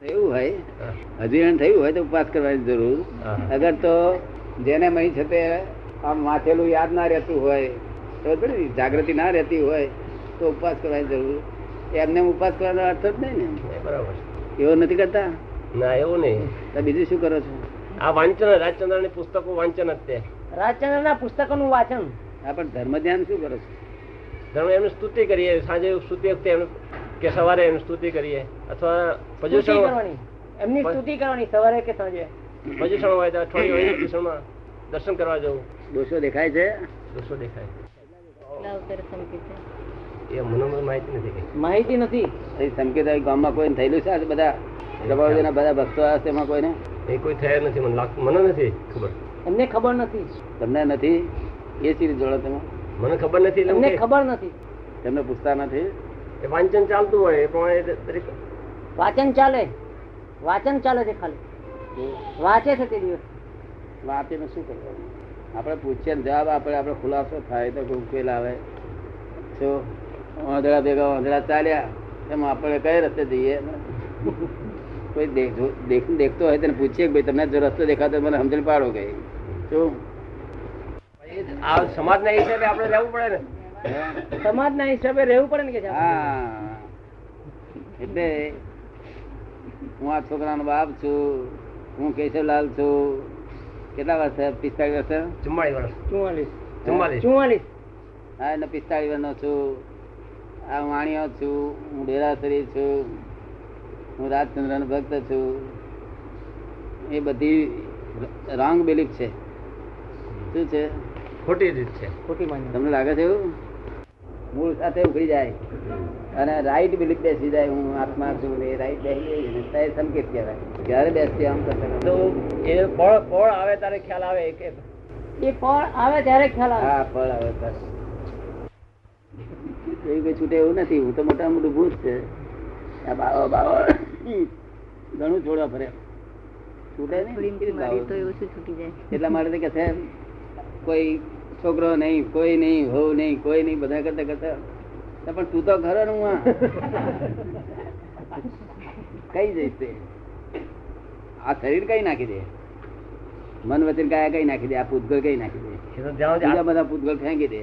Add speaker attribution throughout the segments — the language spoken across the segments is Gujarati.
Speaker 1: થયું હોય હજીરણ થયું હોય તો ઉપવાસ કરવાની જરૂર
Speaker 2: હા.
Speaker 1: અગર તો જેને મહી છે તે આમ વાંચેલું યાદ ના રહેતું હોય તો થોડી જાગૃતિ ના રહેતી હોય તો ઉપવાસ કરવાની જરૂર એમને એમ ઉપવાસ કરવાનો અર્થ જ નહીં ને
Speaker 2: એ બરાબર
Speaker 1: એવો નથી કરતા
Speaker 2: ના એવું નહીં
Speaker 1: તો બીજું શું કરો છો
Speaker 2: આ વાંચન જ, રાજચંદ્રની પુસ્તકો વાંચન જ તે
Speaker 3: રાજચંદ્ર ના પુસ્તકો નું વાંચન
Speaker 1: આ પણ ધર્મ ધ્યાન શું કરો છો
Speaker 2: ધર્મ એમની સ્તુતિ કરીએ સાંજે સ્તુતિ વખતે એમ કે સવારે એમની સ્તુતિ કરીએ અથવા
Speaker 3: સ્તુતિ
Speaker 2: પર્યુષણ
Speaker 3: કરવાની એમની સ્તુતિ કરવાની સવારે કે સાંજે
Speaker 2: પર્યુષણ હોય તો અઠવાડિયે હોય પર્યુષણમાં દર્શન કરવા જવું
Speaker 1: દોષો દેખાય છે
Speaker 2: દોષો દેખાય એ મને માહિતી નથી કઈ
Speaker 3: માહિતી નથી
Speaker 1: અહીં સંકેત આવી ગામમાં કોઈને થયેલું છે આ બધા પ્રભાવજીના બધા ભક્તો આવે છે એમાં કોઈને
Speaker 2: એ કોઈ થયા નથી મને લાગતું મને નથી ખબર
Speaker 3: એમને ખબર નથી
Speaker 1: તમને નથી એ ચીજ જોડો તમે
Speaker 2: મને ખબર નથી એટલે હું
Speaker 3: એમને
Speaker 2: કઈ-
Speaker 3: ખબર નથી
Speaker 1: તમને પૂછતા નથી
Speaker 2: એ વાંચન ચાલતું હોય એ પ્રમાણે દરેક-
Speaker 3: વાંચન ચાલે વાંચન ચાલે છે ખાલી
Speaker 1: તો
Speaker 3: વાંચે છે તે દિવસ
Speaker 1: વાંચીને શું કરવાનું આપણે પૂછીએ ને જવાબ આપણે આપણે ખુલાસો થાય તો કોઈ ઉકેલ આવે જો વાંદડા ભેગા વાંદડા ચાલ્યા એમાં આપણે કઈ રસ્તે જઈએ કોઈ દેખ- જો- દેખ- દેખતો હોય તેને પૂછીએ કે ભાઈ તમને જો રસ્તો દેખાતો હોય મને સમજણ પાડો કે શું
Speaker 2: એ જ આ સમાજના હિસાબે આપણે રહેવું પડે ને
Speaker 1: હે?
Speaker 3: સમાજના હિસાબે રહેવું પડે ને કે સાહેબ?
Speaker 1: હા એટલે હું આ છોકરાનો બાપ છું હું કેશવલાલ છું કેટલા વર્ષે પિસ્તાળીસ વર્ષે
Speaker 2: ચુમ્માળીસ વર્ષ
Speaker 3: ચુમ્માલીસ
Speaker 2: ચુમ્માલીસ
Speaker 3: ચુમ્માલીસ
Speaker 1: હા એટલે પિસ્તાળીસ વર્ષનો છું આ વાણિયો છું હું ડેરાસરી છું હું રાજચંદ્રનો ભક્ત છું એ બધી રોંગ બિલીફ છે શું છે
Speaker 2: ખોટી રીત છે
Speaker 3: ખોટી માન્યતા
Speaker 1: તમને લાગે છે એવું મૂળ સાથે ઉઘડી જાય અને રાઈટ બિલીફ બેસી જાય હું આત્મા છું ને એ રાઈટ બેસી જાય ને ત્યારે સંકેત કહેવાય ક્યારે બેસતી આમ કરતા
Speaker 2: તો એ ફળ ફળ આવે તારે ખ્યાલ આવે કે
Speaker 3: એ ફળ આવે ત્યારે ખ્યાલ આવે
Speaker 1: હા ફળ આવે સર એવું કઈ છૂટે એવું નથી હું તો મોટા મોટું ભૂત છે આ બાવા બાવા ઘણું છોડવા ફરે છૂટે નહીં કેટલું બાવા? એટલા માટે તો કે છે કોઈ છોકરો નહીં કોઈ નહીં હોવ નહીં કોઈ નહીં બધા કરતા કરતા તો પણ તું તો ખરો ને હું આ. કઈ જઈશ તે આ શરીર કઈ નાખી દે મન વચન કાયા કઈ નાખી દે આ પૂતગળ કઈ નાખી દે
Speaker 2: એ તો જ્યાં સુધી
Speaker 1: બીજા બધા પૂતગળ ફેંકી દે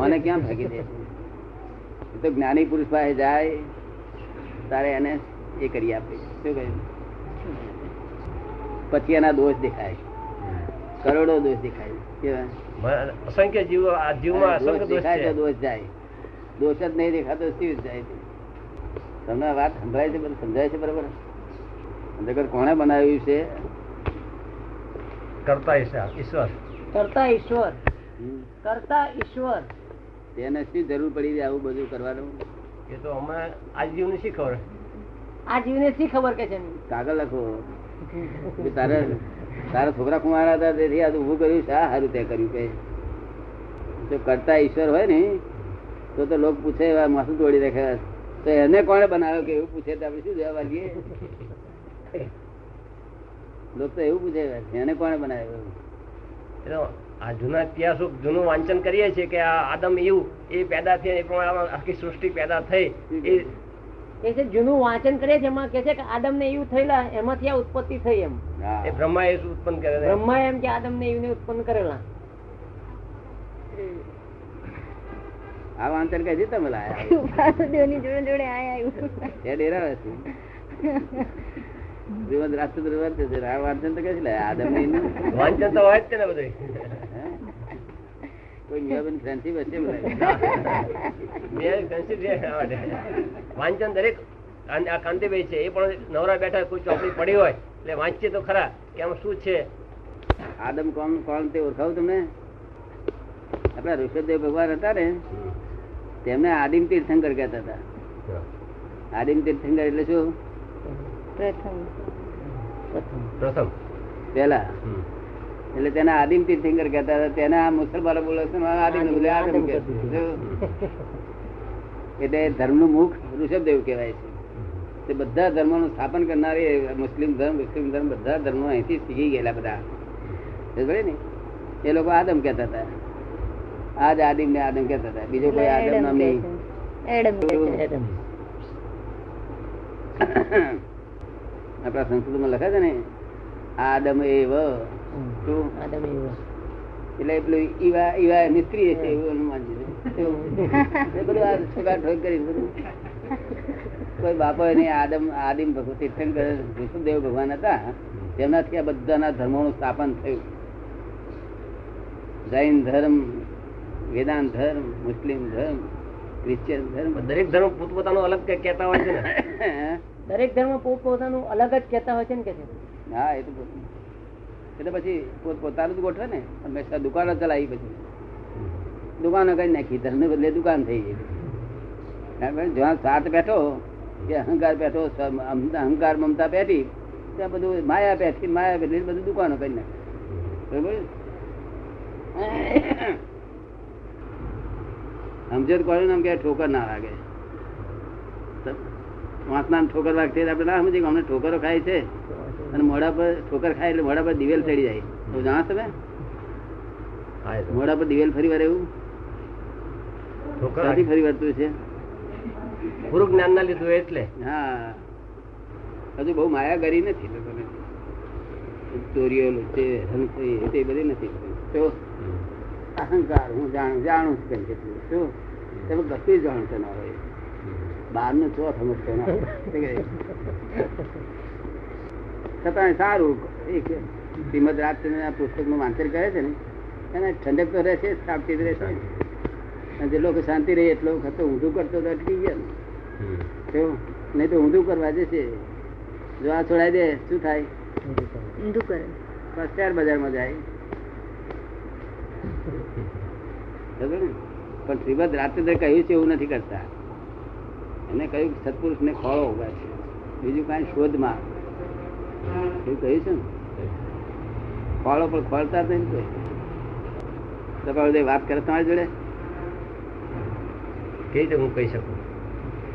Speaker 1: મને ક્યાં ફેંકી દે એ તો જ્ઞાની પુરુષ પાસે જાય તારે એને એ કરી આપે શું કહ્યું પછી એના દોષ દેખાય કરોડો દોષ દેખાય કેવા?
Speaker 2: આ- અસંખ્ય જીવો આ જીવમાં અસંખ્ય
Speaker 1: દોષ
Speaker 2: દોષ
Speaker 1: દેખાય
Speaker 2: છે
Speaker 1: તો દોષ જાય દોષ જ નહીં દેખાતો શિવ જ જાય છે. તમને આ વાત સંભળાય છે બધું સમજાય છે બરાબર અંધકાર કોણે બનાવ્યું છે
Speaker 2: કરતા ઈશા- ઈશ્વર
Speaker 3: કરતા ઈશ્વર
Speaker 1: હમ.
Speaker 3: કરતા ઈશ્વર
Speaker 1: તેને શું જરૂર પડી છે આવું બધું કરવાનું
Speaker 2: એ તો અમે આ જીવની શી ખબર
Speaker 3: આ જીવને શી ખબર કે છે એમની?
Speaker 1: કાગળ લખો કે તારે તારા છોકરા કુમારા હતા તેથી આ ઊભું કર્યું શા હારું તે કર્યું કે જો કરતા ઈશ્વર હોય ને તો તો લોક પૂછે "આ માથું તોડી રાખે તો એને કોણે બનાવ્યો કે એવું પૂછે તો આપણે શું જવાબ આપીએ લોક તો એવું પૂછે એને કોણે બનાવ્યો
Speaker 2: એ તો આ જૂના ઇતિહાસો જૂનું વાંચન કરીએ છીએ કે આ આદમ ઈવ એ પેદા થયા એ પ્રમાણે આમાં આખી સૃષ્ટિ પેદા થઈ એ
Speaker 3: એ છે જૂનું વાંચન કરીએ છીએ એમાં કે છે કે આદમ ને એવું થયેલા એમાંથી આ ઉત્પત્તિ થઈ એમ
Speaker 1: હા.
Speaker 2: એ બ્રહ્મા એ ઉત્પન્ન કરે
Speaker 3: બ્રહ્મા એમ કે આદમ ને એવું ઉત્પન્ન કરેલા
Speaker 1: આ વાંચન કઈ તમે લાયા
Speaker 4: વાસુદેવની જોડે જોડે આ આવ્યું
Speaker 1: એ ડેરા હશે જીવન રાષ્ટ્ર વર્તે છે આ વાંચન તો કઈ લાયા આદમ
Speaker 2: વાંચન તો હોય જ છે ને બધું
Speaker 1: કોઈ મેળવેન ફ્રેન્ડશીપ હશે બધા
Speaker 2: બે ઘનશ્યામ છે એના માટે. વાંચન દરેક અને આ કાંતિભાઈ છે એ પણ નવરા બેઠા કોઈ ચોપડી પડી હોય એટલે વાંચીએ તો ખરા કે આમાં શું છે
Speaker 1: આદમ કોણ કોણ તે ઓળખાવું તમને આપણા ઋષભદેવ ભગવાન હતા ને તેમને આદિમ તીર્થંકર કહેતા હતા આદિમ તીર્થંકર એટલે શું
Speaker 4: પ્રથમ
Speaker 2: પ્રથમ
Speaker 1: પહેલા
Speaker 2: હમ.
Speaker 1: એટલે તેને આદિમ તીર્થંકર કહેતા હતા તેને આ મુસલમાનો બોલે છે ને આદિમ બોલે આદમ કહે છે. જો. એટલે ધર્મનું મુખ ઋષભદેવ કહેવાય છે તે બધા ધર્મોનું સ્થાપન કરનારી મુસ્લિમ ધર્મ મુસ્લિમ ધર્મ બધા ધર્મો અહીંથી શીખી ગયેલા બધા સમજે ને એ લોકો આદમ કહેતા હતા આજ આદિમ ને આદમ કહેતા હતા બીજો કોઈ આદમ
Speaker 4: એડમ
Speaker 1: નામ
Speaker 4: કહે
Speaker 1: નહીં
Speaker 4: છે. એડમ કહે છે.
Speaker 1: આપણા સંસ્કૃતમાં લખે છે ને આદમ એવ શું?
Speaker 3: આદમ એવો.
Speaker 1: એટલે પેલું ઈવા ઈવા મિસ્ત્રી હશે એવું અનુમાન છે એ બધું આ છોકરા ઠોક કરી બધું કોઈ બાપો એને આદમ આદિમ ભગવ- તીર્થંકર વિષ્ણુદેવ ભગવાન હતા તેમનાથી આ બધાના ધર્મોનું સ્થાપન થયું જૈન ધર્મ વેદાંત ધર્મ મુસ્લિમ ધર્મ ક્રિશ્ચિયન ધર્મ
Speaker 2: પણ દરેક ધર્મ પોતપોતાનો અલગ કંઈક કહેતા હોય છે ને
Speaker 1: બધા
Speaker 3: દરેક ધર્મ પોતપોતાનું અલગ જ કહેતા હોય છે ને કે છે
Speaker 1: હા એ તો પછી. એટલે પછી પોત પોતાનું જ ગોઠવે ને હંમેશા દુકાનો ચલાવી પછી દુકાનો કરી નાખી ધર્મને બદલે દુકાન થઈ ગઈ બરાબર? જ્યાં સ્વાર્થ બેઠો કે અહંકાર બેઠો સ્વ- અમ- અહંકાર મમતા બેઠી ત્યાં બધું માયા બેઠી માયા બેઠી બધું દુકાનો કરી નાખી બરાબર સમજણ કોણ એમ કે ઠોકર ના લાગે વાંસના ઠોકર લાગતી એટલે આપણે ના સમજીએ કે અમને ઠોકરો ખાય છે અને મોઢા પર ઠોકર ખાય એટલે મોઢા પર દિવેલ ચડી જાય તો જાણો તમે
Speaker 2: હા, એ તો.
Speaker 1: મોઢા પર દિવેલ ફરી વાર એવું
Speaker 2: ઠોકર
Speaker 1: ક્યાંથી ફરી વળતું છે
Speaker 2: ગુરુ જ્ઞાન ના લીધું એટલે
Speaker 1: હા હજુ બહુ માયા કરી નથી લોકોને ચોરીઓ લૂંટે, હલફઈ, એ તે બધી નથી તો અહંકાર હું જાણું જાણું જ કંઈ કેટલું શું તમે કશું જાણતો ના હોય બહારનું છો સમજતો ના હોય. શું કહે? છતાંય સારું એક શ્રીમદ રાજચંદ્રના પુસ્તકનું વાંચન કરે છે ને એને ઠંડક તો રહેશે જ, શાંતિ તો રહેશે જ. અને જે લોકો શાંતિ રહે એટલો વખત તો ઊંધું કરતો તો અટકી ગયા ને કેવું નહીં તો ઊંધું કરવા જશે જો આ છોડાઈ દે શું થાય
Speaker 4: ઊંધું કરે
Speaker 1: બસ શેર બજારમાં જાય ખબર ને? પણ શ્રીમદ રાજચંદ્ર કહ્યું છે એવું નથી કરતા એને કહ્યું કે સત્પુરુષને ખોળો ઉભા છે બીજું કાંઈ શોધમાં એવું કહ્યું છે ને ખોળો પણ ખોળતા જ નહીં ને કોઈ તમારે બધે વાત કરે તમારી જોડે
Speaker 2: કેવી રીતે હું કહી શકું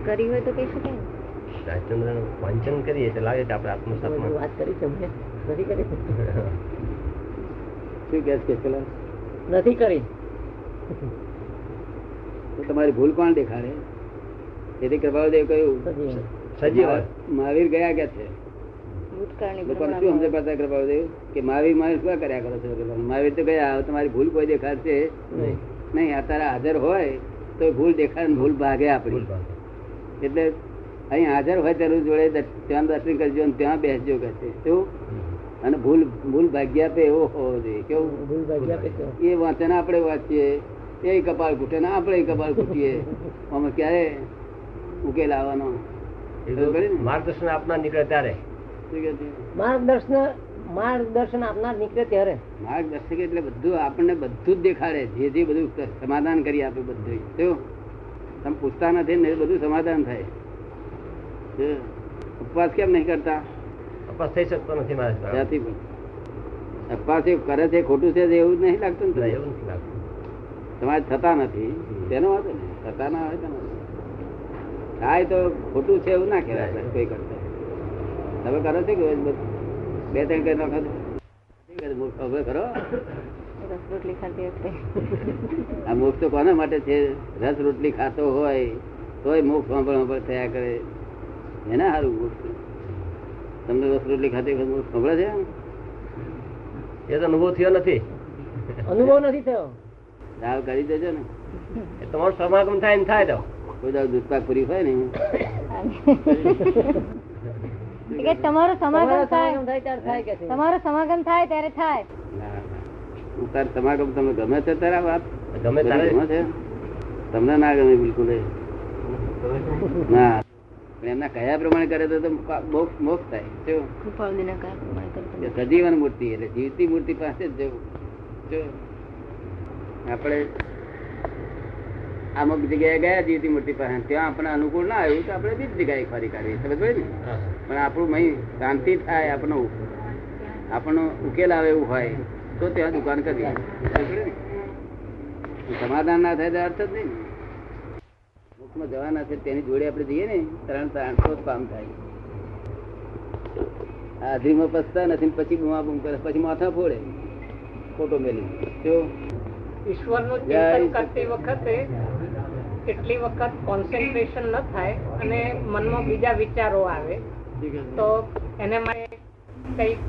Speaker 4: કરી હોય તો કહી શકાય ને
Speaker 2: રાજચંદ્ર વાંચન કરીએ એટલે લાગે કે આપણે
Speaker 3: બધું
Speaker 2: આત્મસ્થાપન
Speaker 3: વાત કરી છે મેં. નથી કરી
Speaker 1: શું કહે છે પેલા
Speaker 3: નથી કરી
Speaker 1: તો તમારી ભૂલ કોણ દેખાડે તેથી કૃપાળદેવ કહ્યું
Speaker 3: સજીવ.
Speaker 2: સજીવ
Speaker 1: મહાવીર ગયા કે છે
Speaker 4: ભૂતકાળની
Speaker 1: લોકોને
Speaker 4: ભ્રમણા
Speaker 1: શું સમજણ પડતા કૃપાળદેવ કે મહાવીર મહાવીર શું કર્યા કરો છો લોકો? મહાવીર તો ગયા હવે તમારી ભૂલ કોઈ દેખાડશે
Speaker 2: નહીં.
Speaker 1: નહીં અત્યારે હાજર હોય તો એ ભૂલ દેખાડે ને ભૂલ ભાગે
Speaker 2: ભૂલ
Speaker 1: આપણી
Speaker 2: ભાગ.
Speaker 1: એટલે અહીં હાજર હોય ત્યારે જોડે દર્શ- ત્યાં દર્શન કરજો અને ત્યાં બેસજો કે છે શું અને ભૂલ ભૂલ ભાગ્ય આપે એવો હોવો જોઈએ કેવું
Speaker 3: ભૂલ ભાગ્યા પછી.
Speaker 1: એ વાંચન આપણે વાંચીએ એ કપાળ ઘૂંટે ને આપણે કપાળ ઘૂંટીએ આમાં ક્યારે ઉકેલ આવવાનો
Speaker 2: એ તો માર્ગદર્શન આપનાર નીકળે ત્યારે
Speaker 1: શું કહે છે?
Speaker 3: માર્ગદર્શન માર્ગદર્શન આપનાર નીકળે ત્યારે
Speaker 1: માર્ગદર્શક એટલે બધું આપણને બધું જ દેખાડે જે જે બધું સ- સમાધાન કરી આપે બધું જો તમે પૂછતા નથી ને એ બધું સમાધાન થાય જો. ઉપવાસ કેમ નહીં કરતા
Speaker 2: તપાસ થઈ શકતો નથી મારા દ્વારા.
Speaker 1: ત્યાંથી પણ ઉપવાસ એ કરે છે ખોટું છે એવું જ નહીં લાગતું ને
Speaker 2: ના,
Speaker 1: તમને?
Speaker 2: એવું નથી લાગતું
Speaker 1: તમારે થતા નથી તેનો વાંધો નહીં થતા ના હોય તો ના હોય. થાય તો ખોટું છે એવું ના કહેવાય આપણે કોઈ કરતા તમે કરો છો કે બધું? બે ત્રણ કરી નાખો છો? શું કરે? મૂર્ખ હવે કરો
Speaker 4: ભ્રમણા. રસ રોટલી ખાતી વખતે
Speaker 1: આ મોક્ષ તો કોના માટે છે રસ રોટલી ખાતો હોય તોય મોક્ષ સાંભળ સાંભળ થયા કરે એના સારું મોક્ષ છે. તમને રસ રોટલી ખાતી વખતે મોક્ષ સાંભળે છે
Speaker 2: એ તો અનુભવ થયો નથી
Speaker 3: અનુભવ નથી થયો
Speaker 1: દાવ કરી દેજો ને
Speaker 2: એ તમારું સમાગમ થાય ને થાય તો
Speaker 1: કોઈ દાવ દૂધપાક પૂરી હોય ને
Speaker 4: એ કે તમારો સમાગમ
Speaker 3: તમારો સમાગમ થાય
Speaker 4: થાય
Speaker 3: ત્યારે થાય કે છે.
Speaker 4: તમારો સમાગમ થાય ત્યારે થાય
Speaker 1: ના, હું તાર સમાગમ તમને ગમે છે તારા વાત
Speaker 2: ગમે ત્યારે
Speaker 1: ગમે છે તમને ના ગમે બિલકુલ એ. ના પણ એમના કયા પ્રમાણે કરે તો તો મોક્ષ મોક્ષ થાય શું
Speaker 4: કૃપાળુના કયા પ્રમાણે
Speaker 1: કે
Speaker 4: કરતા
Speaker 1: સજીવન મૂર્તિ એટલે જીવતી મૂર્તિ પાસે જ જવું જો આપણે અમુક જગ્યાએ ગયા જીવતી મૂર્તિ પાસે ત્યાં આપણે અનુકૂળ ના આવ્યું તો આપણે બીજી જગ્યાએ ફરી કાઢીએ સમજ પડી ને
Speaker 2: હા.
Speaker 1: પણ આપણું મહી શાંતિ થાય આપણો ઉ- આપણો ઉકેલ આવે એવું હોય તો ત્યાં દુકાન કરવી સમજ પડી ને? સમાધાન ના થાય તો અર્થ જ નહીં ને. મુખમાં જવાના છે તેની જોડે આપણે જઈએ ને ત્રણ ત્રણસો જ કામ થાય હાજરીમાં પસતા નથી ને પછી બુમા બુમ કરે પછી માથા ફોડે ફોટો મેલી જો
Speaker 5: ઈશ્વરનું
Speaker 1: જય
Speaker 5: ચિંતન
Speaker 1: શ્રી
Speaker 5: કરતી વખતે કેટલી વખત કોન્સન્ટ્રેશન ન થાય અને મનમાં બીજા વિચારો આવે તો એને માટે કઈક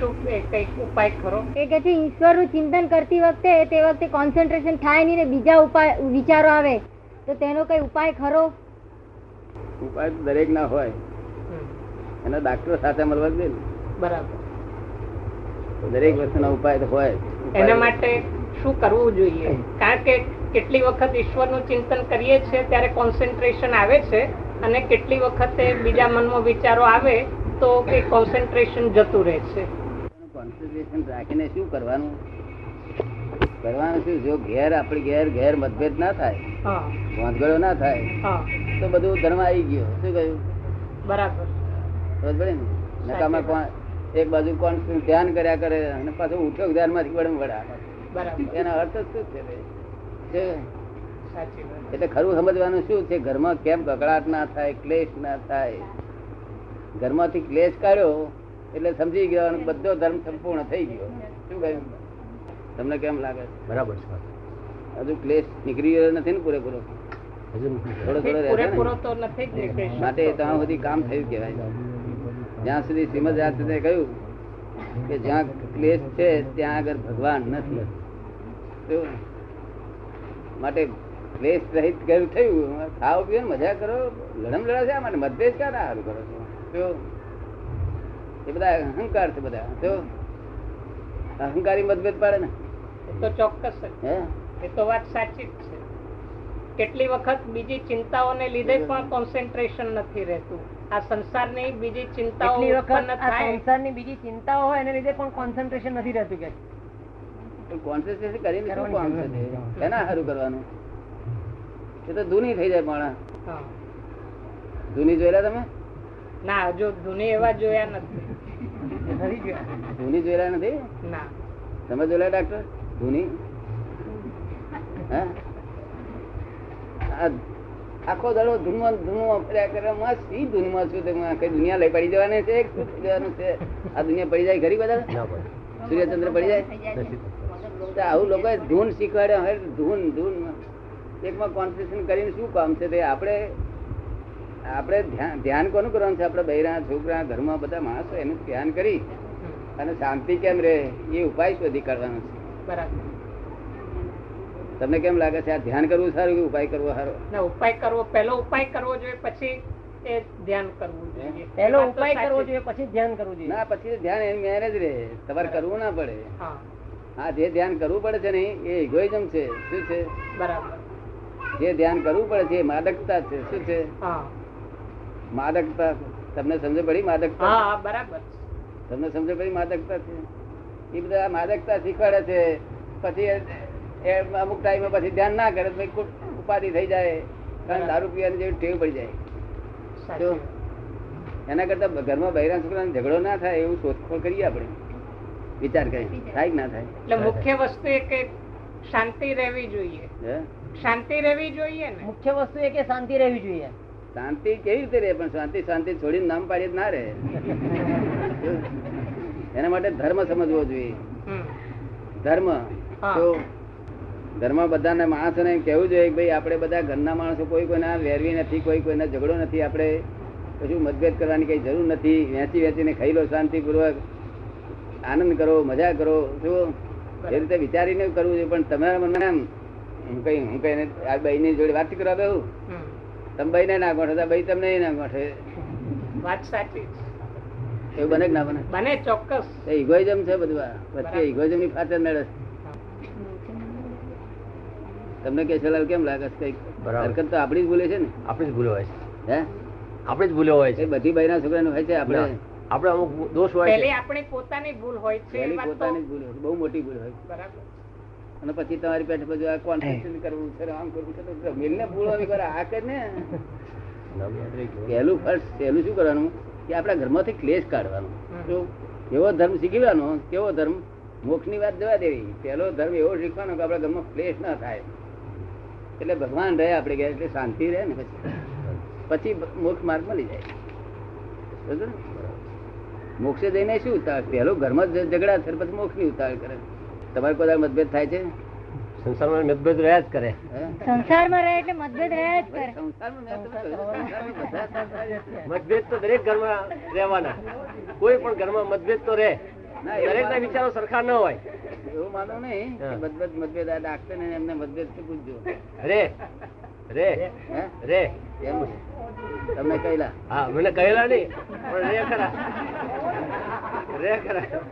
Speaker 5: શું એ કઈક ઉપાય ખરો
Speaker 4: એ કે છે ઈશ્વરનું ચિંતન કરતી વખતે તે વખતે કોન્સન્ટ્રેશન થાય નહીં ને બીજા ઉપાય વિચારો આવે તો તેનો કઈ ઉપાય ખરો
Speaker 1: ઉપાય તો દરેક ના હોય એના ડાક્ટરો સાથે મળવા જ જોઈએ
Speaker 5: બરાબર
Speaker 1: ને. દરેક વસ્તુના ઉપાય તો હોય જ. ઉપાય-
Speaker 5: એના માટે શું કરવું જોઈએ કારણ કે કેટલી વખત ઈશ્વરનું ચિંતન કરીએ છીએ ત્યારે કોન્સન્ટ્રેશન આવે છે અને કેટલી વખતે બીજા મનમાં વિચારો આવે તો એ કોન્સન્ટ્રેશન જતું રહે છે
Speaker 1: કોન્સન્ટ્રેશન રાખીને શું કરવાનું કરવાનું શું જો ઘેર આપણે ઘેર ઘેર મતભેદ ના થાય
Speaker 5: હા
Speaker 1: વાંધગળો ના થાય
Speaker 5: હા
Speaker 1: તો બધું ધર્મ આવી ગયો શું કહ્યું
Speaker 5: બરાબર
Speaker 1: ખબર પડી ને નકામા કોણ એક બાજુ કોણ શું ધ્યાન કર્યા કરે અને પાછું ઉઠો ધ્યાનમાંથી વળમ વળા
Speaker 5: બરાબર
Speaker 1: એનો અર્થ જ શું છે ભાઈ? છે
Speaker 5: સાચી વાત
Speaker 1: એટલે ખરું સમજવાનું શું છે ઘરમાં કેમ ગગડાટ ના થાય ક્લેશ ના થાય ઘરમાંથી ક્લેશ કાઢ્યો એટલે સમજી ગયો અને બધો ધર્મ સંપૂર્ણ થઈ ગયો શું કહ્યું તમને કેમ લાગે છે?
Speaker 2: બરાબર છે વાત.
Speaker 1: હજુ ક્લેશ નીકળી ગયો નથી ને પૂરેપૂરો
Speaker 2: હજુ નથી
Speaker 1: થોડો થોડો રહેશે
Speaker 5: પૂરેપૂરો
Speaker 1: ને?
Speaker 5: તો નથી જ નીકળી
Speaker 1: માટે
Speaker 5: શકતો.
Speaker 1: ત્યાં સુધી કામ થયું કહેવાય જ્યાં સુધી શ્રીમદ રાજચંદ્રે કહ્યું કે જ્યાં ક્લેશ છે ત્યાં આગળ ભગવાન નથી તો માટે ક્લેશ રહિત કયું થયું ખાવ પીઓ ને મજા કરો લડમ લડા છે માટે મતભેદ ક્યાં ના હારું કરો છો તો એ બધા અહંકાર છે બધા તો અહંકારી મતભેદ પાડે ને
Speaker 5: એ તો ચોક્કસ જ
Speaker 1: હે
Speaker 5: એ તો વાત સાચી જ છે કેટલી વખત બીજી ચિંતાઓને લીધે પણ કોન્સન્ટ્રેશન નથી રહેતું આ સંસારની બીજી ચિંતાઓ
Speaker 3: એટલી
Speaker 5: ઉત્પન્ન
Speaker 3: વખત આ
Speaker 5: થાય
Speaker 3: સંસારની બીજી ચિંતાઓ હોય એને લીધે પણ કોન્સન્ટ્રેશન નથી રહેતું કે
Speaker 1: કોન્સન્ટ્રેશન કરીને શું કામ છે એના હારું કરવાનું એ તો ધૂની થઈ જાય માણસ
Speaker 5: હા.
Speaker 1: ધૂની જોયેલા તમે
Speaker 5: ના હજુ ધૂની એવા જોયા નથી
Speaker 1: ધૂની જોયેલા નથી
Speaker 5: ના
Speaker 1: તમે જોયેલા ડાક્ટર ધૂની હા? આ આખો દાડો ધૂનમાં ને ધૂનમાં ફર્યા કરે માં શી ધૂનમાં છું તમે આખી દુનિયા લઈ પડી જવાની છે શું થઈ જવાનું છે આ દુનિયા પડી જાય ખરી બધા
Speaker 2: ના પડે
Speaker 1: સૂર્યચંદ્ર પડી જાય
Speaker 2: નથી
Speaker 1: તો આવું લોકો ધૂન શીખવાડ્યા હોય ધૂન ધૂન એકમાં કોન્સન્ટ્રેશન કરીને શું કામ છે તે આપણે આપણે ધ્યાન ધ્યાન કોનું કરવાનું છે આપણે બૈરા છોકરા ઘરમાં બધા માણસો એનું ધ્યાન કરી અને શાંતિ કેમ રહે એ ઉપાય શોધી કાઢવાનો છે
Speaker 5: બરાબર
Speaker 1: તમને કેમ લાગે છે આ ધ્યાન કરવું સારું કે ઉપાય કરવો સારો
Speaker 5: ના ઉપાય કરવો પહેલો ઉપાય કરવો જોઈએ પછી એ ધ્યાન કરવું જોઈએ
Speaker 3: પહેલો
Speaker 5: એ વાત તો
Speaker 3: ઉપાય કરવો
Speaker 5: સાચી.
Speaker 3: જોઈએ પછી જ ધ્યાન કરવું જોઈએ
Speaker 1: ના પછી ધ્યાન એની મેરે જ રહે તમારે કરવું ના પડે
Speaker 5: હા
Speaker 1: આ જે ધ્યાન કરવું પડે છે ને એ ઇગોઇઝમ છે શું છે
Speaker 5: બરાબર
Speaker 1: જે ધ્યાન કરવું પડે છે એ માદકતા છે શું છે
Speaker 5: હા
Speaker 1: માદકતા તમને સમજ પડી માદકતા
Speaker 5: હા બરાબર
Speaker 1: તમને સમજ પડી માદકતા છે એ બધા આ માદકતા શીખવાડે છે પછી એ- એ અમુક ટાઈમે પછી ધ્યાન ના કરે તો પછી કુટ ઉપાધિ થઈ જાય કારણ કે દારૂ પીવાની જેવી ટેવ પડી જાય
Speaker 5: સાચી
Speaker 1: જો.
Speaker 5: વાત.
Speaker 1: એના કરતા ઘરમાં બૈરા છોકરાને ઝઘડો ના થાય એવું શોધખોળ કરીએ આપણે વિચાર કરીએ થાય કે ના થાય
Speaker 5: એટલે મુખ્ય વસ્તુ એ કે શાંતિ રહેવી જોઈએ
Speaker 1: હે?
Speaker 5: શાંતિ રહેવી જોઈએ ને
Speaker 3: મુખ્ય વસ્તુ એ કે શાંતિ રહેવી જોઈએ
Speaker 1: શાંતિ કેવી રીતે રહે પણ શાંતિ શાંતિ છોડીને નામ પાડીએ તો ના રહે જો. એના માટે ધર્મ સમજવો જોઈએ
Speaker 5: હમ.
Speaker 1: ધર્મ
Speaker 5: હા.
Speaker 1: તો ધર્મ બધાને માણસોને એમ કહેવું જોઈએ કે ભાઈ આપણે બધા ઘરના માણસો કોઈ કોઈના વેરવી નથી કોઈ કોઈના ઝઘડો નથી આપણે કશું મતભેદ કરવાની કઈ જરૂર નથી વેચી વેચીને ખાઈ લો શાંતિપૂર્વક આનંદ કરો મજા કરો જો એ રીતે વિચારીને કરવું જોઈએ પણ તમારા મનમાં એમ હું કઈ હું કઈ આ બહેની જોડે વાત કરવા બેહું
Speaker 5: હમ.
Speaker 1: તમે બહીને ના ગોઠો તો બહી તમને ના ગોઠે
Speaker 5: વાત સાચી છે.
Speaker 1: એવું બને કે ના બને
Speaker 5: બને ચોક્કસ
Speaker 1: એ ઇગોઇઝમ છે બધું આ વચ્ચે ઇગોઇઝમ ની ફાચર મેળે છે. તમને કેશવલાલ કેમ લાગે છે કઈક
Speaker 2: બરાબર.
Speaker 1: હરકત તો આપણી જ ભૂલે છે ને
Speaker 2: આપણે જ ભૂલો હોય છે
Speaker 1: હે
Speaker 2: આપણે જ ભૂલો હોય
Speaker 1: એ
Speaker 2: છે
Speaker 1: બધી બહેના છોકરાનું હોય છે આપણે
Speaker 2: ના, આપણે અમુક દોષ હોય
Speaker 5: પહેલી
Speaker 2: છે
Speaker 5: આપણી પોતાની ભૂલ હોય છે એ
Speaker 1: પહેલી
Speaker 5: વાત તો
Speaker 1: પોતાની જ ભૂલ હોય છે. બહુ મોટી ભૂલ હોય
Speaker 5: બરાબર
Speaker 1: અને પછી તમારી પેઠે બધું આ કોન્ટ્રાક્શન કરવું છે ને આમ કરવું છે તો મિલને ભૂલવાની કરે આ કે ને પહેલું ફર્સ્ટ પહેલું શું કરવાનું કે આપણા ઘરમાંથી ક્લેશ કાઢવાનો
Speaker 5: હમ.
Speaker 1: જો એવો ધર્મ શીખી લેવાનો કેવો ધર્મ મોક્ષની વાત જવા દેવી પહેલો ધર્મ એવો શીખવાનો કે આપણા ઘરમાં ક્લેશ ના થાય એટલે ભગવાન રહે આપણે ઘેર એટલે શાંતિ રહે ને પછી પછી બ- મોક્ષ માર્ગ મળી જાય સમજો ને? મોક્ષે જઈને શું ઉતાવળ પહેલો ઘરમાં જ ઝઘડા થાય પછી મોક્ષની ઉતાવળ કરે તમારે કોઈ દાડો મતભેદ થાય છે
Speaker 2: સંસારમાં મતભેદ રહ્યા જ કરે
Speaker 1: હે?
Speaker 4: સંસારમાં રહે એટલે મતભેદ રહ્યા જ કરે
Speaker 1: સંસારમાં મેં તમને કહ્યું, સંસારમાં બધા સંસાર જ છે.
Speaker 2: મતભેદ તો દરેક ઘરમાં રહેવાના કોઈ પણ ઘરમાં મતભેદ તો રહે દરેકના વિચારો સરખા ન હોય
Speaker 1: એવું માનો નહીં કે
Speaker 2: હા.
Speaker 1: મતભેદ મતભેદ આ ડાક્ટર ને એમને મતભેદ શું પૂછજો
Speaker 2: રે રે
Speaker 1: હે?
Speaker 2: રે
Speaker 1: એમ તમને કહેલા
Speaker 2: હા મને કહેલા નહીં પણ રે ખરા રે ખરા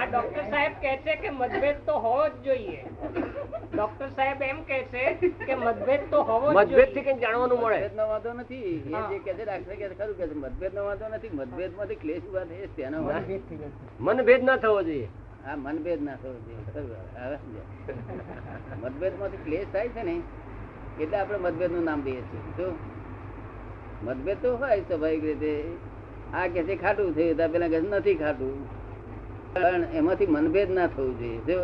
Speaker 5: આ ડોક્ટર સાહેબ કહે છે કે મતભેદ તો હોવો જ જોઈએ ડોક્ટર સાહેબ એમ કહે છે કે મતભેદ તો હોવો જ
Speaker 2: મતભેદ થી
Speaker 5: જોઈએ
Speaker 2: કઈ જાણવાનું મળે
Speaker 1: મતભેદ નો વાંધો નથી એ
Speaker 5: હા.
Speaker 1: જે કહે છે ડાક્ટર કહે છે ખરું કહે છે મતભેદ નો વાંધો નથી મતભેદ માંથી ક્લેશ ઉભા થાય છે તેનો વાંધો
Speaker 2: મનભેદ ના થવો જોઈએ
Speaker 1: આ મનભેદ ના થવો જોઈએ ખરું હવે સમજ્યા. મતભેદમાંથી ક્લેશ થાય છે ને એટલે આપણે મતભેદનું નામ દઈએ છીએ શું મતભેદ તો હોય સ્વાભાવિક રીતે આ કે છે ખાટું થયું તો આ પેલા કહે છે નથી ખાટું પણ એમાંથી મનભેદ ના થવું જોઈએ જો